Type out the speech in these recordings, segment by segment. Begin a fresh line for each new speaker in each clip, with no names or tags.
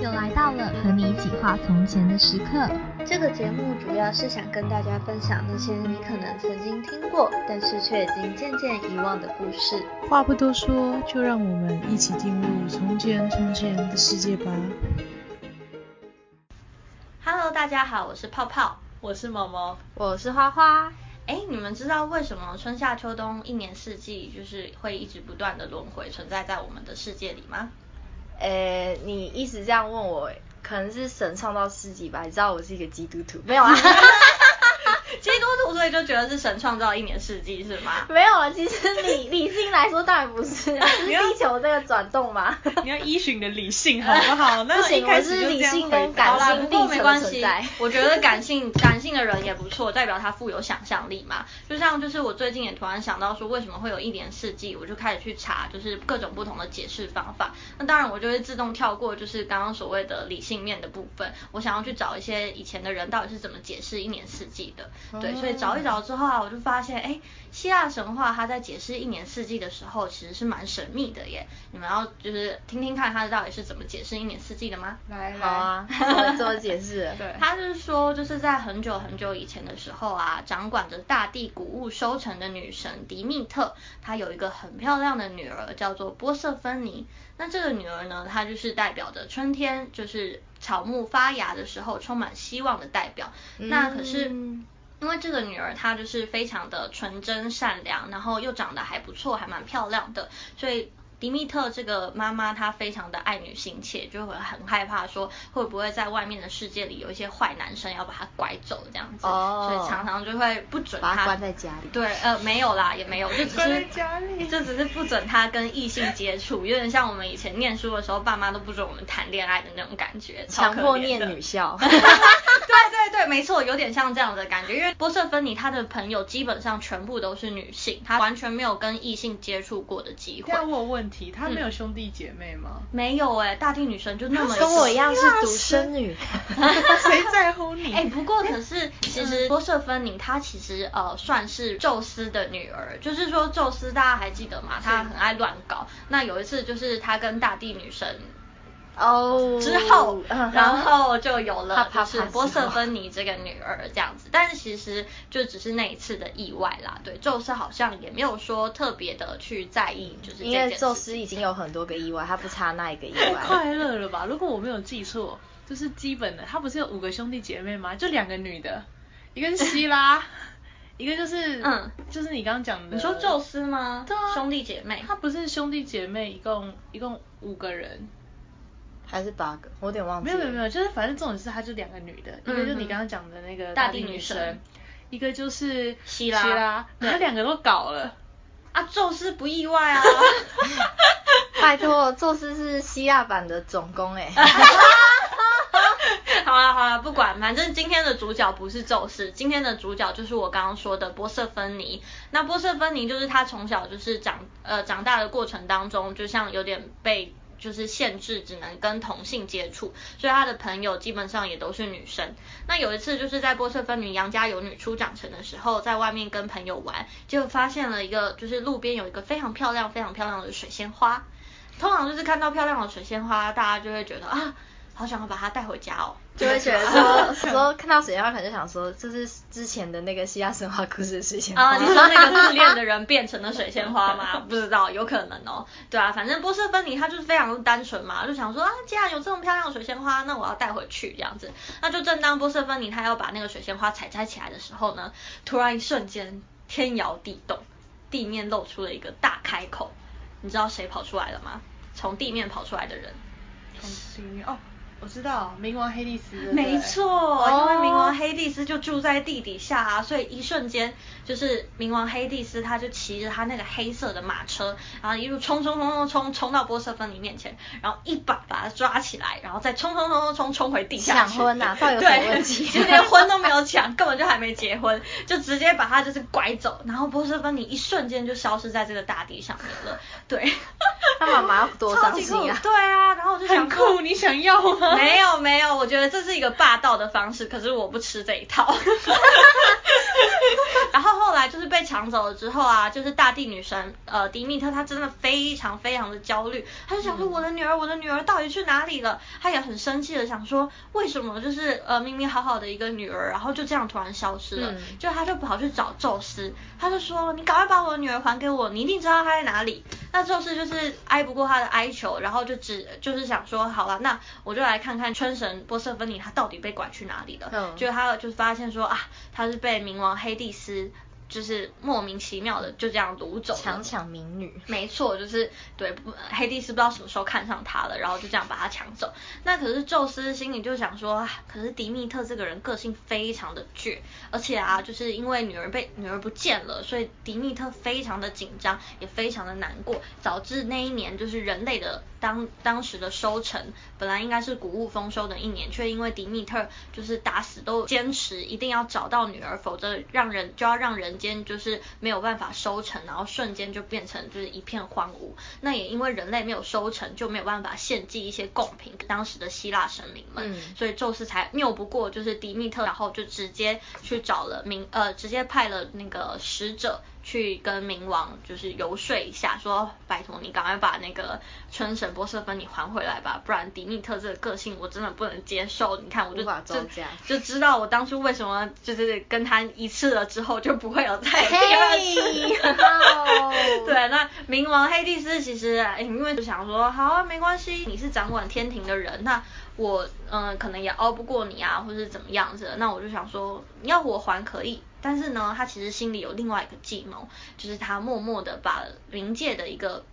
来到了和你一起画从前的时刻。
这个节目主要是想跟大家分享那些你可能曾经听过，但是却已经渐渐遗忘的故事。
话不多说，就让我们一起进入从前从前的世界吧。
Hello，大家好，我是泡泡，
我是毛毛，
我是花花。
哎，你们知道为什么春夏秋冬一年四季就是会一直不断的轮回存在在我们的世界里吗？
诶，呃你一直这样问我，可能是神创造世纪吧？你知道我是一个基督徒，没有啊？
基督徒所以就觉得是神创造一年四季是吗？
没有啊，其实理理性来说当然 不是，就是
啊
地球这个转动嘛。
你要依循你的理性好不好？那
不行
一开
我
始
是
就
理
这样
性
回
跟
答
感
好啦，
性
不
地
过
球
没关
存
系
在，
我觉得感性感性的人也不错，代表他富有想象力嘛。就像就是我最近也突然想到说，为什么会有一年四季，我就开始去查，就是各种不同的解释方法。那当然，我就会自动跳过就是刚刚所谓的理性面的部分，我想要去找一些以前的人到底是怎么解释一年四季的。
嗯
对，所以找一找之后啊，我就发现，哎，希腊神话它在解释一年四季的时候，其实是蛮神秘的耶。你们要就是听听看它到底是怎么解释一年四季的吗？
来
好
来，
啊，我做解释了。
对
他是说，就是在很久很久以前的时候啊，掌管着大地谷物收成的女神迪密特，她有一个很漂亮的女儿，叫做波瑟芬妮。那这个女儿呢，她就是代表着春天，就是草木发芽的时候充满希望的代表。那可是。
嗯
因为这个女儿她就是非常的纯真善良，然后又长得还不错，还蛮漂亮的，所以。迪密特这个妈妈，她非常的爱女心切，就会很害怕说会不会在外面的世界里有一些坏男生要把她拐走这样子
哦
所以常常就会不准
把
她
她关在家里
对，呃，没有啦，也没 有，就只
关在
是
家里
就只是不准她跟异性接触，有点像我们以前念书的时候，爸妈都不准我们谈恋爱的那种感觉，超
强
可
迫
怜
念
的
女 校。
对对对，没错，有点像这样的感觉。因为波瑟芬妮她的朋友基本上全部都是女性，她完全没有跟异性接触过的机会。
但我有问题，他没有兄弟姐妹吗？
没有哎、大地女神就那么
跟我一样是独
是
生女。
谁在乎你？
哎、不过可是，
嗯
其实波瑟芬妮她其实呃算是宙斯的女儿，就是说宙斯大家还记得吗？他很爱乱搞。那有一次就是他跟大地女神
哦。
之后，
嗯哼
然后就有
啪
了
啪
就
啪之
是
后
波瑟芬妮这个女儿这样子，但是其实就只是那一次的意外啦。对，宙斯好像也没有说特别的去在意，就是这
因为
件
宙
事
斯
情。
已经有很多个意外，他不差那一个意
太
外。
快乐了吧？如果我没有记错，就是基本的，他不是有五个兄弟姐妹吗？就两个女的，一个是希拉，一个就是
嗯，
就是你刚刚讲的。
你说宙斯吗？
对啊
兄弟姐妹。
他不是兄弟姐妹，一共一共五个人。
还是八个，我有点忘记
没
了。
有没有没有，就是反正重点是他就两个女的，一个就你
嗯
刚刚讲的那个
大
地
地女神
神，一个就是
希拉
希拉，
对
然后两个都搞了。
啊，宙斯不意外啊。
拜托，宙斯是希腊版的总 攻哎、
好啦好啦，不管，反正今天的主角不是宙斯，今天的主角就是我刚刚说的波瑟芬妮。那波瑟芬妮就是她从小就是长呃长大的过程当中，就像有点被。就是限制只能跟同性接触，所以她的朋友基本上也都是女生。那有一次就是在波瑟芬女杨家有女初长成的时候，在外面跟朋友玩，结果发现了一个就是路边有一个非常漂亮非常漂亮的水仙花。通常就是看到漂亮的水仙花，大家就会觉得啊，好想要把它带回家哦。
就会觉得说说看到水仙花，可能就想说这是之前的那个希腊神话故事的水仙花。
啊，你说那个自恋的人变成了水仙花吗？不知道，有可能哦。对啊，反正波瑟芬妮她就是非常单纯嘛，就想说啊，既然有这么漂亮的水仙花，那我要带回去这样子。那就正当波瑟芬妮她要把那个水仙花采摘起来的时候呢，突然一瞬间天摇地动，地面露出了一个大开口。你知道谁跑出来了吗？从地面跑出来的人。
重新哦，我知道，冥王黑帝斯。对不对
没错，因为冥王黑帝斯就住在地底下啊，所以一瞬间就是冥王黑帝斯他就骑着他那个黑色的马车，然后一路冲冲冲冲冲冲到波瑟芬妮面前，然后一把把他抓起来，然后再冲冲冲冲冲冲回地下
抢
去。
婚啊到底有什么
对，
问题
就连婚都没有抢，根本就还没结婚，就直接把他就是拐走，然后波瑟芬妮一瞬间就消失在这个大地上面了。对，
他妈妈要多
超
伤
级
心
酷，
啊！
对啊，然后我就想
很
说
酷，你想要吗？
没有没有，我觉得这是一个霸道的方式，可是我不吃这一套。 然后后来就是被抢走了之后啊，就是大地女神呃迪密特，她真的非常非常的焦虑，她就想说我的女儿，我的女儿到底去哪里了？她也很生气的想说，为什么就是呃明明好好的一个女儿，然后就这样突然消失了？
嗯
就她就跑去找宙斯，她就说你赶快把我的女儿还给我，你一定知道她在哪里。那宙斯就是挨不过她的哀求，然后就只就是想说好了，那我就来看看春神波瑟芬尼她到底被拐去哪里了。
嗯
就他就发现说啊，他是被冥王黑帝斯就是莫名其妙的就这样掳走了，
强抢民女，
没错，就是对不黑帝斯不知道什么时候看上他了，然后就这样把他抢走。那可是宙斯心里就想说，啊可是迪密特这个人个性非常的倔，而且啊，就是因为女儿被女儿不见了，所以迪密特非常的紧张，也非常的难过。导致那一年就是人类的当当时的收成，本来应该是谷物丰收的一年，却因为迪密特就是打死都坚持一定要找到女儿，否则让人就要让人间就是没有办法收成，然后瞬间就变成就是一片荒芜。那也因为人类没有收成，就没有办法献祭一些贡品给当时的希腊神明们，
嗯
所以宙斯才拗不过就是迪密特，然后就直接去找了冥呃，直接派了那个使者去跟冥王就是游说一下，说拜托你赶快把那个春神波瑟芬你还回来吧，不然迪密特这个个性我真的不能接受。你看我就
无法招
就
架
就知道我当初为什么就是跟他一次了之后就不会有再第二次。 对，那冥王黑帝斯其实哎因为就想说，好啊，没关系，你是掌管天庭的人，那我嗯、呃可能也熬不过你啊，或是怎么样子的，那我就想说，你要我还可以。但是呢，他其实心里有另外一个计谋，就是他默默的把冥界的一个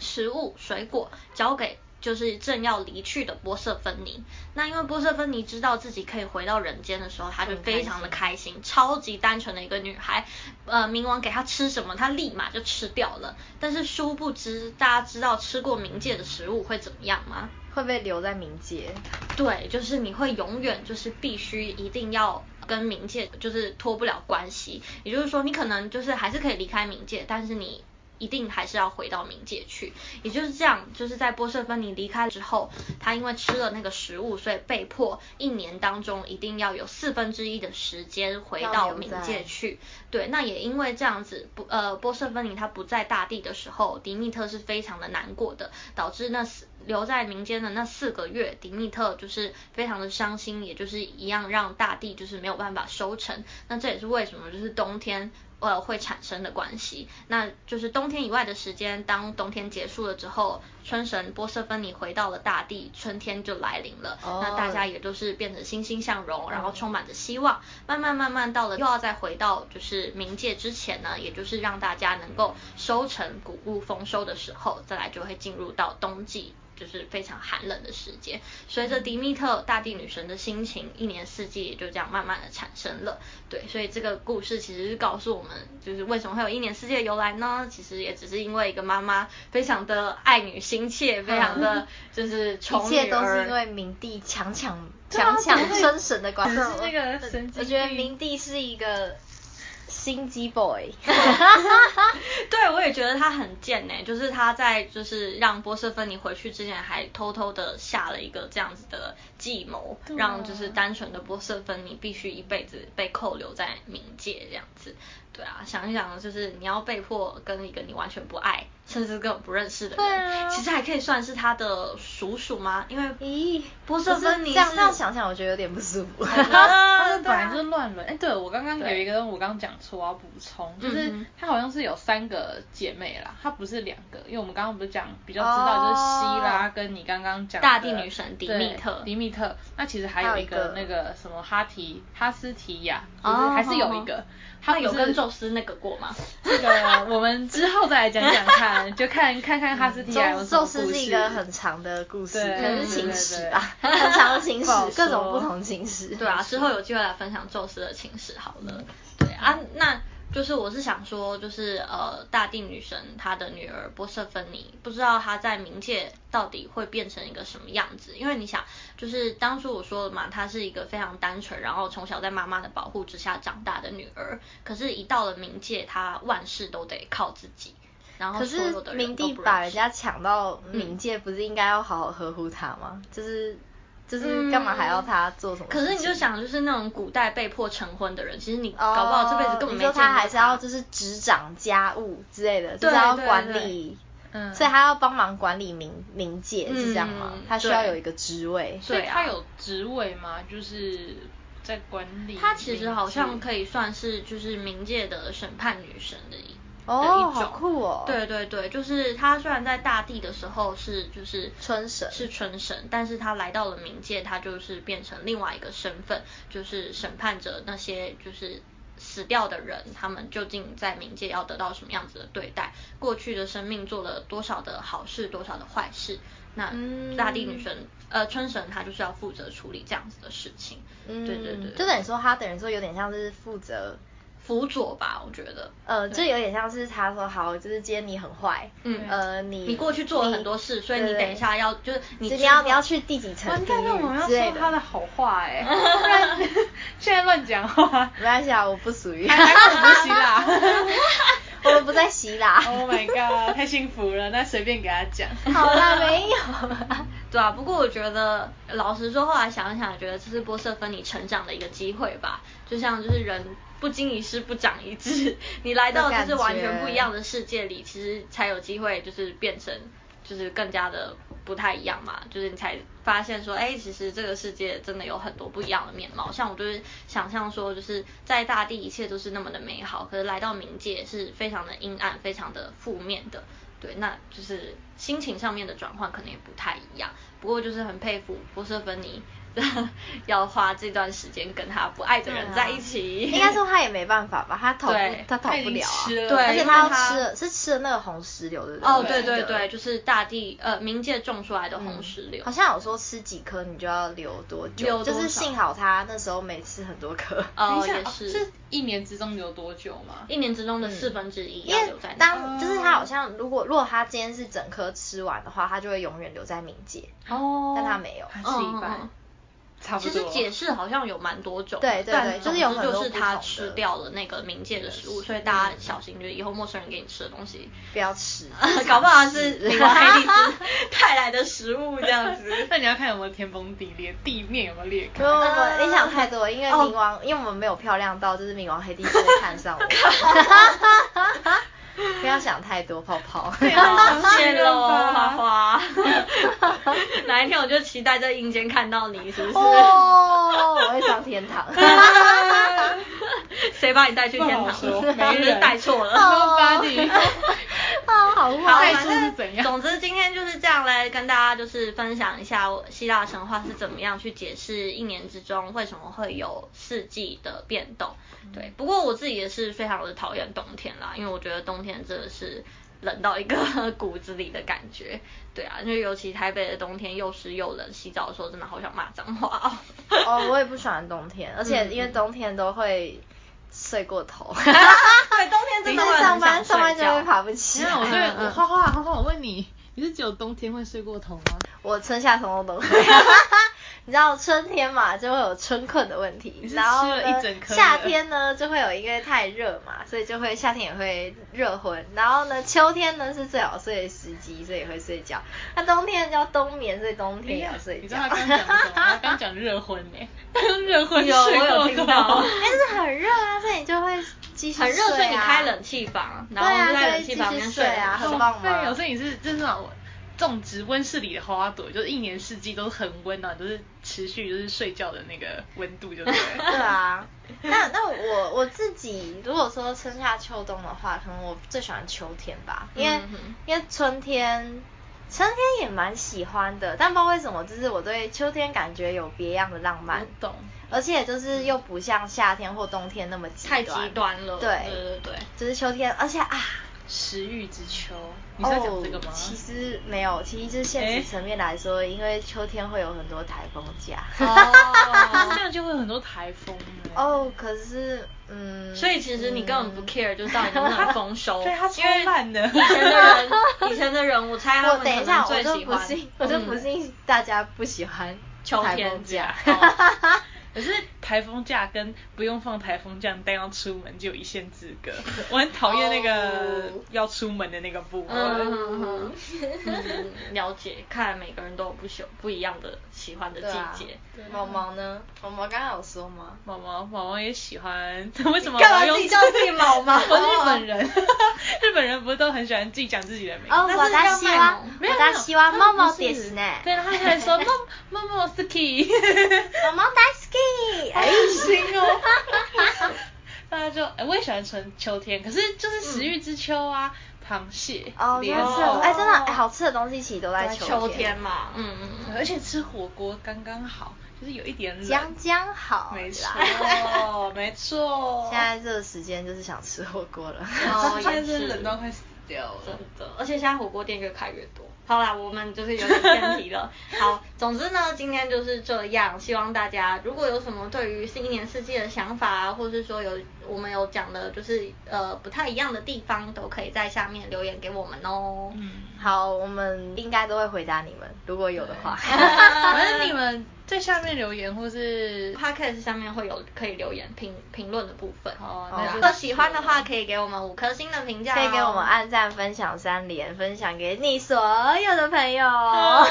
食物、水果交给就是正要离去的波瑟芬尼。那因为波瑟芬尼知道自己可以回到人间的时候，她就
很开
非常的嗯开心，超级单纯的一个女孩。呃，冥王给她吃什么，她立马就吃掉了。但是殊不知，大家知道吃过冥界的食物会怎么样吗？
会被留在冥界，
对，就是你会永远就是必须一定要跟冥界就是脱不了关系，也就是说你可能就是还是可以离开冥界，但是你一定还是要回到冥界去。也就是这样，就是在波瑟芬尼离开之后，他因为吃了那个食物，所以被迫一年当中一定要有四分之一的时间回
要
到
留
冥
在
界去。对，那也因为这样子，不呃，波瑟芬尼他不在大地的时候，迪密特是非常的难过的，导致那四留在民间的那四个月，迪密特就是非常的伤心，也就是一样让大地就是没有办法收成。那这也是为什么就是冬天。呃，会产生的关系，那就是冬天以外的时间，当冬天结束了之后，春神波瑟芬尼回到了大地，春天就来临了。
哦
那大家也就是变得欣欣向荣，然后充满着希望。慢慢慢慢到了又要再回到就是冥界之前呢，也就是让大家能够收成谷物丰收的时候，再来就会进入到冬季。就是非常寒冷的时节，随着迪密特大地女神的心情，一年四季也就这样慢慢的产生了。对，所以这个故事其实是告诉我们，就是为什么会有一年四季的由来呢？其实也只是因为一个妈妈非常的爱女心切，非常的就是宠
一
女儿，
切都是因为冥帝强抢
对啊
强
怎
抢
么会
春神的关系。
只是那个神经病
我觉得冥帝是一个心机 boy，
对，我也觉得他很贱呢、就是他在就是让波瑟芬尼回去之前，还偷偷的下了一个这样子的计谋，
对啊
让就是单纯的波瑟芬尼必须一辈子被扣留在冥界这样子。对啊，想一想，就是你要被迫跟一个你完全不爱，甚至根本不认识的
对
人，
啊
其实还可以算是他的叔叔吗？因为
咦，
波瑟芬尼
这样
是
这样想想，我觉得有点不舒服。
他
啊
他
是本来就乱
啊
伦。哎、对我刚刚有一个东西，我刚刚讲错，我要补充，就是
嗯哼
她好像是有三个姐妹啦，她不是两个，因为我们刚刚不是讲比较知道就是希拉跟你刚刚讲的
大地女神迪密特
对迪密特，那其实还
还
有
有
一个
一
那
个
个什么哈提哈斯提亚，就
哦
是还是有一
好
个，她
他有
不是
跟宙斯那个过吗？
这 个我们之后再来讲讲看，就看看看哈斯提
嗯
亚有什么
宙
故
斯
事。
是一个很长的故事，
对
可能是
对
情
对
史
对
吧， 很长的情 史
不好，
各种
说
不同情史。
对啊，之后有机会来分享宙斯的情史好
嗯
了。对啊，那就是我是想说，就是呃，大地女神她的女儿波瑟芬妮，不知道她在冥界到底会变成一个什么样子。因为你想，就是当初我说了嘛，她是一个非常单纯，然后从小在妈妈的保护之下长大的女儿。可是，一到了冥界，她万事都得靠自己。然后
可是
所有的人
明
都
帝
不认
把人
识嗯
家抢到冥界，不是应该要好好呵护他吗？就是就是干嘛还要他做什么
嗯
事
可
情？
是你就想，就是那种古代被迫成婚的人，其实你
哦，
搞不好这辈子根本没
你
见
说
过
他还是要就是执掌家务之类的，
对
就是要
对
管
对
理，
嗯，
所以他要帮忙管理冥冥界是这样吗
嗯？
他需要
对
有一个职位，
所以
对啊
他有职位吗？就是在管理。
她其实好像可
以。
以算是就是冥界的审判女神的一
哦
的一种
好酷哦
对对对，就是她虽然在大地的时候是就是
春神
是春神，但是她来到了冥界，她就是变成另外一个身份，就是审判着那些就是。死掉的人，他们究竟在冥界要得到什么样子的对待？过去的生命做了多少的好事，多少的坏事？那
嗯
大地女神，呃，春神她就是要负责处理这样子的事情。
嗯，
对对对，
就等于说他等于说有点像是负责，
辅佐吧，我觉得。
呃，就有点像是他说好，就是今天你很坏，
嗯
呃，你
你过去做了很多事，所以你等一下要就是你
你你
之后
要你要去第几层
完
地
蛋了，我们
狱
要
之类
说
的，
他的好话哎、不然现在乱讲 话，
没关系啊，我不 属于，
还我不希啦。
我们不在希腊。
Oh my god，太幸福了，那随便给他讲。
好啦，没有。
对啊，不过我觉得，老实说，后来想一想，觉得这是波瑟芬你成长的一个机会吧。就像就是人不经一事不长一智， 你来到就是完全不一样的世界里，其实才有机会就是变成就是更加的不太一样嘛。就是你才发现说，哎，其实这个世界真的有很多不一样的面貌。像我就是想象说，就是在大地一切都是那么的美好，可是来到冥界是非常的阴暗，非常的负面的。对，那就是心情上面的转换可能也不太一样。不过就是很佩服波瑟芬妮，要花这段时间跟他不爱的人在一起。
应该说他也没办法吧，他逃不
对
他逃
他已
不
经
了啊，
吃了
对
而
因
且
为
他要
他
吃了是吃了那个红石榴的，
哦，
不
对对
记得
对，就是大地呃冥界种出来的红石榴。
好像有说吃几颗你就要留多久，
留多
就是
少
幸好他那时候没吃很多颗，
哦
等一下
也
哦
是，
是一年之中留多久吗？
一年之中的四分之一
嗯因
要
为
留 在那。
当就是他好像如果如果他今天是整颗吃完的话，他就会永远留在冥界，
哦
但他没有
还是
嗯
一
嗯
半
嗯，
差不
其
多。
实解释好像有蛮多种的，
对对
但
对
总
就是
之
有很多
就是他
不同的
吃掉了那个冥界的食物，所以大家小心，就是以后陌生人给你吃的东 西，，
不要吃
搞不好是 灵媒带来的食物这样子。
那你要看有没有天崩地裂，地面有没有裂
因
开
为。
啊
我们你想太多了，因为
哦
冥王，因为我们没有漂亮到，就是冥王黑帝就会看上我 们。不要想太多，泡泡。
好，谢喽，
吧
花啊花。 哪一天我就期待在阴间看到你，是不是？
哦，我会上天堂。
谁把你带去天
不
堂哦了？
好说
是 不
没
是
人
带错了。
Nobody，
啊，好
好，
坏
坏
反
处
正
是怎样
总之今天就是这样来跟大家就是分享一下我希腊神话是怎么样去解释一年之中为什么会有四季的变动。对，不过我自己也是非常的讨厌冬天啦，因为我觉得冬天真的是冷到一个骨子里的感觉。对啊，因为尤其台北的冬天又湿又冷，洗澡的时候真的好想骂脏话 哦。
哦，我也不喜欢冬天，而且因为冬天都会睡过头，
对，冬天真的会
上
很想
班上班
睡
就会
觉。
爬不起
你看，我对
嗯
来。
我花花花花，我问你，你是只有冬天会睡过头 吗？
我春夏秋冬都会。你知道春天嘛，就会有春困的问题
你，是
然后
吃了
呢
一整颗
夏
的
天呢就会有因为太热嘛，所以就会夏天也会热昏，然后呢秋天呢是最好睡的时机，所以也会睡觉。那冬天叫冬眠，所以冬天也要睡
你知
觉
道。他
哎
刚讲 什么吗？他刚讲热婚呢，热婚
有我
睡
有
过
听到啊
头。
但是很热啊，所以你就会继续
很热，所
睡
以你
啊
开冷气房，然
对啊
后就在
对
冷气房里面
继续睡
得
啊
很
很
爽
棒吗
哦对，有时候你是就是那种种植温室里的花朵，就是一年四季都很温暖，都是持续就是睡觉的那个温度，就对 了。
对啊，那那我我自己如果说春夏秋冬的话，可能我最喜欢秋天吧，因为、
嗯哼
因为春天春天也蛮喜欢的，但不知道为什么，就是我对秋天感觉有别样的浪漫
我，懂。
而且就是又不像夏天或冬天那么极
太
端，
极端了。
对
对对对。
就是秋天，而且啊。
食欲之秋，你是要讲这个吗？
哦？其实没有，其实就是现
诶
实层面来说，因为秋天会有很多台风 假。
那这
哦，
样就会有很多台风欸
哦，可是，嗯，
所以其实你根本不
嗯
care，就是到底能不能丰收。
对他超
因为
烂的
以前的 人，以前的人，我猜他
我
们
等
可
一下，
能
我
最
就
喜
不
欢
信，我就不
嗯
信大家不喜欢
秋
台
天啊
风假。
哦
可是台风假跟不用放台风假但要出门就有一线之隔。我很讨厌那个
哦
要出门的那个部分。
嗯嗯嗯，了解，看来每个人都有不喜不一样的喜欢的
对啊
季节。
毛毛呢？毛毛刚刚有说吗？
毛毛毛毛也喜欢，为什么
干嘛
我用
自己叫自己毛毛
我日本人，日本人不是都很喜欢自己讲自己的名字？
哦，我
但是
的
要
希
卖
望
萌，
我
没有没
的
有
希望
他
毛
们
毛
不是
点心呢。
对，然后他还 说毛毛毛 ski，
毛毛大好き，哎，行哦。
大家就哎、我也喜欢春秋天，可是就是食欲之秋啊，螃蟹、
哦，
莲
原来
藕
是哦，哎，真的，哎，好吃的东西其实都在
秋
天
天，嘛，嗯嗯嗯。
而且吃火锅刚刚好，就是有一点冷
将，将好
没
啦。
错，没错。
现在这个时间就是想吃火锅了。
哦
现在
也
真
是
的冷到快死掉
真
了。
的，而且现在火锅店越开越多。好啦，我们就是有点偏题 了。好，总之呢，今天就是这样。希望大家如果有什么对于新一年四季的想法啊，或是说有我们有讲的，就是呃不太一样的地方，都可以在下面留言给我们哦。
嗯。
好，我们应该都会回答你们，如果有的话。
反正你们在下面留言或是
Podcast 上面会有可以留言评评论的部分。
哦
对
那
啊
就
如果喜欢的话，可以给我们五颗星的评价、哦，
可以给我 们。按赞、分享三连，分享给你所有的朋友。哦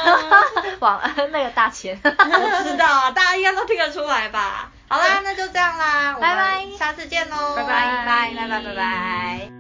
网恩那个大钱，
我知道啊，大家应该都听得出来吧？好啦，那就这样啦，我们
拜拜
下次见喽，
拜拜拜拜拜拜。